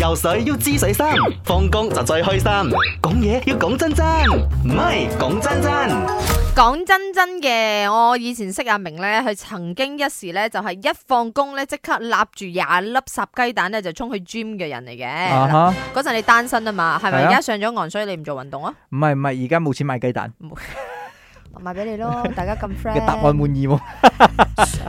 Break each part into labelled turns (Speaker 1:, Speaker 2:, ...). Speaker 1: 游水要知水深，放工就最開心。講嘢要講真真，唔係講真真。
Speaker 2: 講真真嘅，我以前識阿明咧，佢曾經一時咧就係一放工咧即刻立住廿粒烚雞蛋咧就衝去 gym 嘅人嚟
Speaker 3: 啊
Speaker 2: 嘅。
Speaker 3: 哈，
Speaker 2: 嗰陣你單身啊嘛，係咪？
Speaker 3: 係啊
Speaker 2: 而家上咗岸，所以你唔做運動啊？
Speaker 3: 唔係唔係，而家冇錢買雞蛋
Speaker 2: 我買俾你 咯，大家咁 friend
Speaker 3: 嘅答案滿意喎。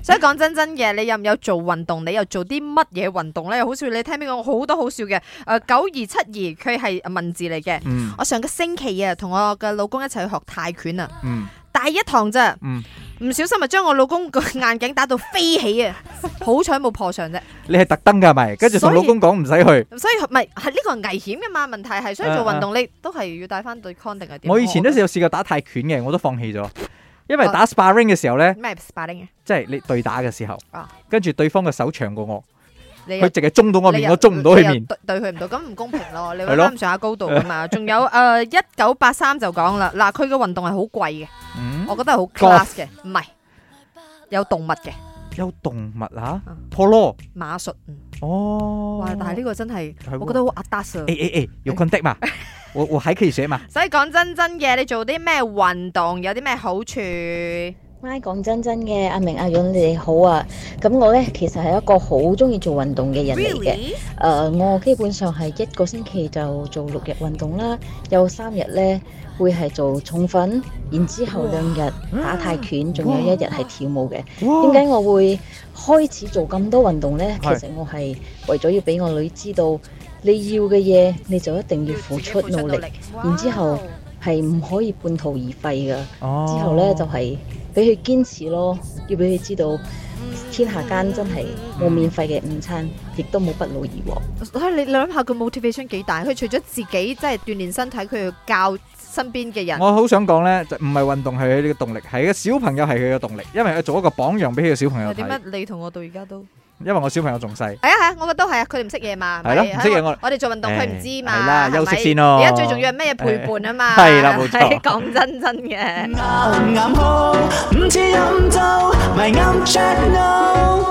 Speaker 2: 所以講真真嘅，你有唔有做運動？你又做啲乜嘢運動咧？好笑，你聽邊個好多好笑嘅？誒、呃九二七二佢係呃文字嚟嘅。
Speaker 3: 嗯
Speaker 2: 我上個星期啊，同我嘅老公一齊去學泰拳啊，
Speaker 3: 嗯
Speaker 2: 第一堂咋，
Speaker 3: 嗯，
Speaker 2: 唔小心咪啊將我老公個 眼鏡打到飛起 啊！好彩冇破相啫，
Speaker 3: 你係特登㗎係咪？跟住同
Speaker 2: 所以
Speaker 3: 老公講唔使去。
Speaker 2: 所以唔係係呢個係危險嘅嘛。問題係，所以做運動你都係要戴翻對 con 定係點？
Speaker 3: 啊我以前都有試過打泰拳嘅，我都放棄咗，因為打 sparring 嘅時候咧，
Speaker 2: 咩 sparring 啊嘅，
Speaker 3: 即係你對打嘅時候
Speaker 2: 啊，
Speaker 3: 跟住對方嘅手長過我，
Speaker 2: 你
Speaker 3: 佢淨係中到我
Speaker 2: 你
Speaker 3: 面，
Speaker 2: 又
Speaker 3: 我中唔到
Speaker 2: 你
Speaker 3: 佢面
Speaker 2: 又。對對佢唔到，咁唔公平 咯。你
Speaker 3: 係
Speaker 2: 揾
Speaker 3: 咯
Speaker 2: 翻咁上下高度噶 嘛？仲有誒一九八三就講啦，嗱佢嘅運動係好貴嘅，
Speaker 3: 嗯，
Speaker 2: 我覺得係好 class 嘅，唔係有動物嘅
Speaker 3: 有動物嚇
Speaker 2: 嗯
Speaker 3: ，polo
Speaker 2: 馬術。嗯
Speaker 3: 哦。
Speaker 2: 哇！但係呢個真係
Speaker 3: 係喎
Speaker 2: 我覺得好 a d a s 啊
Speaker 3: 哎。哎哎，有 contact 嘛？我我还可以学嘛？
Speaker 2: 所以講真真嘅，你做啲咩運動有啲咩好處？
Speaker 4: 咪講真真嘅，阿明阿勇你哋好啊！咁我呢，其實係一個好中意做運動嘅人嚟嘅。誒呃
Speaker 2: Really？
Speaker 4: 我基本上係一個星期就做六日運動啦，有三日呢會係做重訓，然之後兩日打泰拳，仲有一日係跳舞嘅。點解我會開始做咁多運動呢？其
Speaker 3: 係
Speaker 4: 實我係為咗要俾我女知道，你要嘅嘢你就一定要付出努力，，然之後係唔可以半途而廢㗎。
Speaker 3: 哦
Speaker 4: 之後呢，就係俾佢堅持咯，要俾佢知道天下間真係冇免費嘅午餐，亦都冇不勞而獲。
Speaker 2: 所以你你諗下佢 motivation 幾大？佢除咗自己即係鍛鍊身體，佢要教身邊嘅人。
Speaker 3: 我好想講呢，就唔係運動係佢呢個動力，係個小朋友係佢嘅動力，因為佢做一個榜樣俾佢嘅小朋友
Speaker 2: 又點解啊
Speaker 3: 睇。
Speaker 2: 你同我到而家都？
Speaker 3: 因為我小朋友仲細，
Speaker 2: 係啊係啊，我覺得都係啊，佢哋唔識嘢嘛，
Speaker 3: 係咯
Speaker 2: 咪
Speaker 3: 唔識嘢我
Speaker 2: 我哋做運動
Speaker 3: 誒
Speaker 2: 佢唔知嘛，
Speaker 3: 係啦
Speaker 2: 係咪
Speaker 3: 休息先咯
Speaker 2: 而家最重要係咩嘢陪伴啊嘛，
Speaker 3: 係啦冇錯
Speaker 2: 係講真真嘅。
Speaker 1: 啱啱好，唔似飲酒，咪啱 check no。